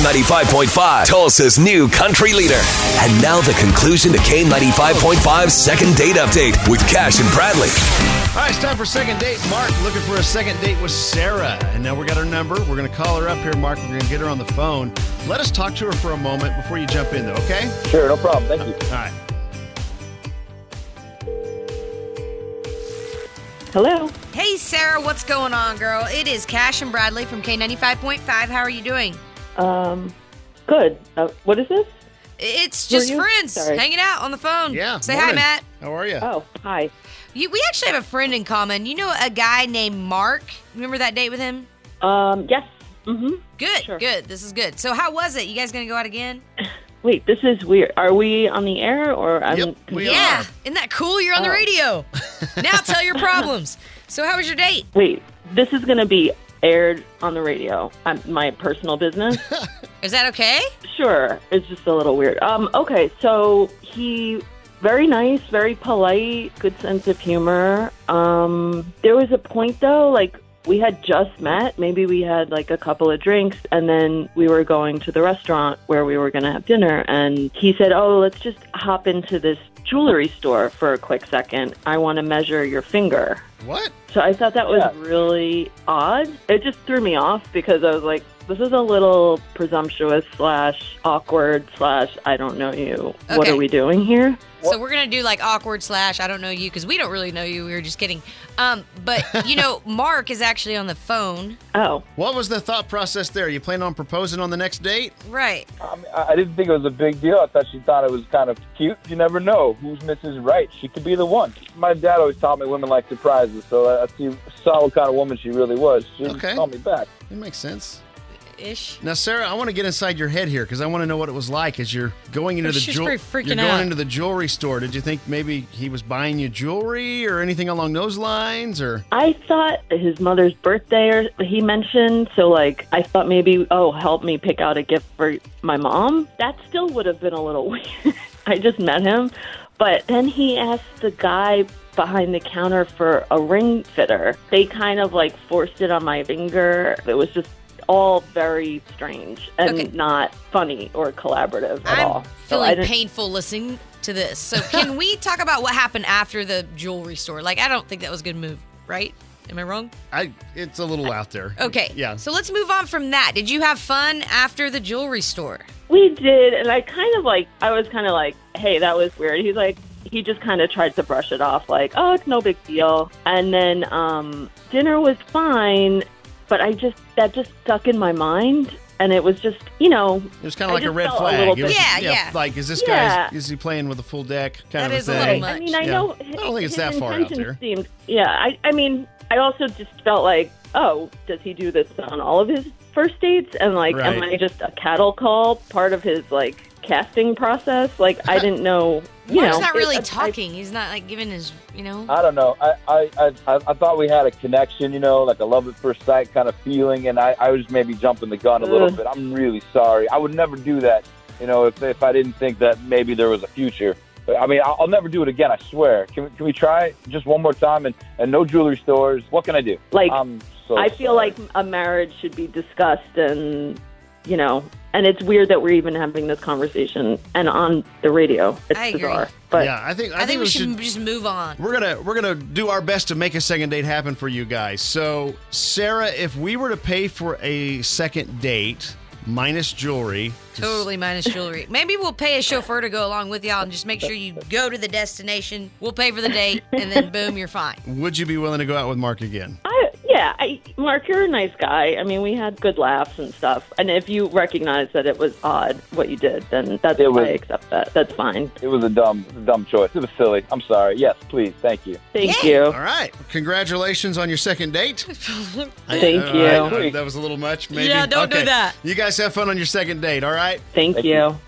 K95.5, Tulsa's new country leader. And now the conclusion to K95.5's second date update with Cash and Bradley. All right, it's time for second date. Mark looking for a second date with Sarah. And now we got her number. We're going to call her up here, Mark. We're going to get her on the phone. Let us talk to her for a moment before you jump in, though, okay? Sure, no problem. Thank you. All right. Hello. Hey Sarah, what's going on, girl? It is Cash and Bradley from K95.5. How are you doing? Um, good. Uh, what is this? It's just you? friends Sorry. hanging out on the phone. Yeah. Say hi, morning. Matt. How are you? Uh, Oh, hi. You, we actually have a friend in common. You know a guy named Mark. Remember that date with him? Um, yes. Mm-hmm. Good, Sure. good. This is good. So how was it? You guys gonna go out again? Wait, this is weird. Are we on the air or I'm? Yep, we are. Yeah. Isn't that cool? You're on the Oh. radio. now tell your problems. So how was your date? Wait, this is going to be aired on the radio. Um, my personal business. Is that okay? sure. It's just a little weird. Um, okay. So he very nice, very polite, good sense of humor. Um, there was a point though, like. We had just met. Maybe we had like a couple of drinks, and then we were going to the restaurant where we were going to have dinner. And he said, Oh, let's just hop into this jewelry store for a quick second. I want to measure your finger. What? So I thought that was Yeah. really odd. It just threw me off because I was like, this is a little presumptuous slash awkward slash I don't know you. What Okay. are we doing here? So we're gonna do like awkward slash I don't know you because we don't really know you. We were just kidding. Um, but you know, Mark is actually on the phone. Oh, What was the thought process there? You plan on proposing on the next date? Right. I, mean, I I didn't think it was a big deal. I thought she thought it was kind of cute. You never know who's Mrs. Right. She could be the one. My dad always taught me women like surprises, so I, I see, saw what kind of woman she really was. She Okay. called me back. It makes sense. Ish. Now, Sarah, I want to get inside your head here because I want to know what it was like as you're going into Oh, the she's jewel- pretty freaking you're going out. into the jewelry store. Did you think maybe he was buying you jewelry or anything along those lines? Or I thought his mother's birthday or he mentioned. So like I thought maybe oh help me pick out a gift for my mom. That still would have been a little weird. I just met him, but then he asked the guy behind the counter for a ring fitter. They kind of like forced it on my finger. It was just all very strange and Okay. not funny or collaborative at all. I'm So I feeling didn't- painful listening to this. So can we talk about what happened after the jewelry store? Like I don't think that was a good move, right? Am I wrong? I, it's a little out there. Okay. Yeah. So let's move on from that. Did you have fun after the jewelry store? We did, and I kind of like, I was kind of like, hey, that was weird. He's like, he just kind of tried to brush it off, like, oh, it's no big deal. And then um, dinner was fine, but I just, that just stuck in my mind. And it was just, you know, It was kind of I like a just red felt a flag. little It was bit- just- Yeah, yeah. Like, is this Yeah. guy is he playing with a full deck That kind of is a a little thing? much. I mean, I Yeah. know. I don't think it's his that far out intentions there. Seemed, yeah, I, I mean, I also just felt like, oh, does he do this on all of his first dates? And like, am Right. I just a cattle call, part of his like casting process? Like, I didn't know. You Mark's know, not really I- I- talking. He's not like giving his, you know. I don't know. I, I, I, I I thought we had a connection, you know, like a love at first sight kind of feeling, and I, I was maybe jumping the gun a little Ugh. bit. I'm really sorry. I would never do that, you know, if, if I didn't think that maybe there was a future. But, I mean, I'll, I'll never do it again, I swear. Can we, can we try just one more time and, and no jewelry stores? What can I do? Like, I'm so I feel sorry. like a marriage should be discussed and, you know, and it's weird that we're even having this conversation and on the radio. It's I agree. bizarre. But yeah, I think I, I, think we should, just move on. We're gonna we're gonna do our best to make a second date happen for you guys. So, Sarah, if we were to pay for a second date minus jewelry, Totally minus jewelry. Maybe we'll pay a chauffeur to go along with y'all and just make sure you go to the destination. We'll pay for the date, and then boom, you're fine. would you be willing to go out with Mark again? I, yeah, I, Mark, you're a nice guy. I mean, we had good laughs and stuff. And if you recognize that it was odd what you did, then that's It was- I accept that. That's fine. it was a dumb, dumb choice. It was silly. I'm sorry. Yes, please. Thank you. Thank Yeah. you. All right, congratulations on your second date. I- Thank all you. right, uh, that was a little much. Maybe. Yeah, don't do Okay. that. You guys have fun on your second date. All right. Thank, Thank you.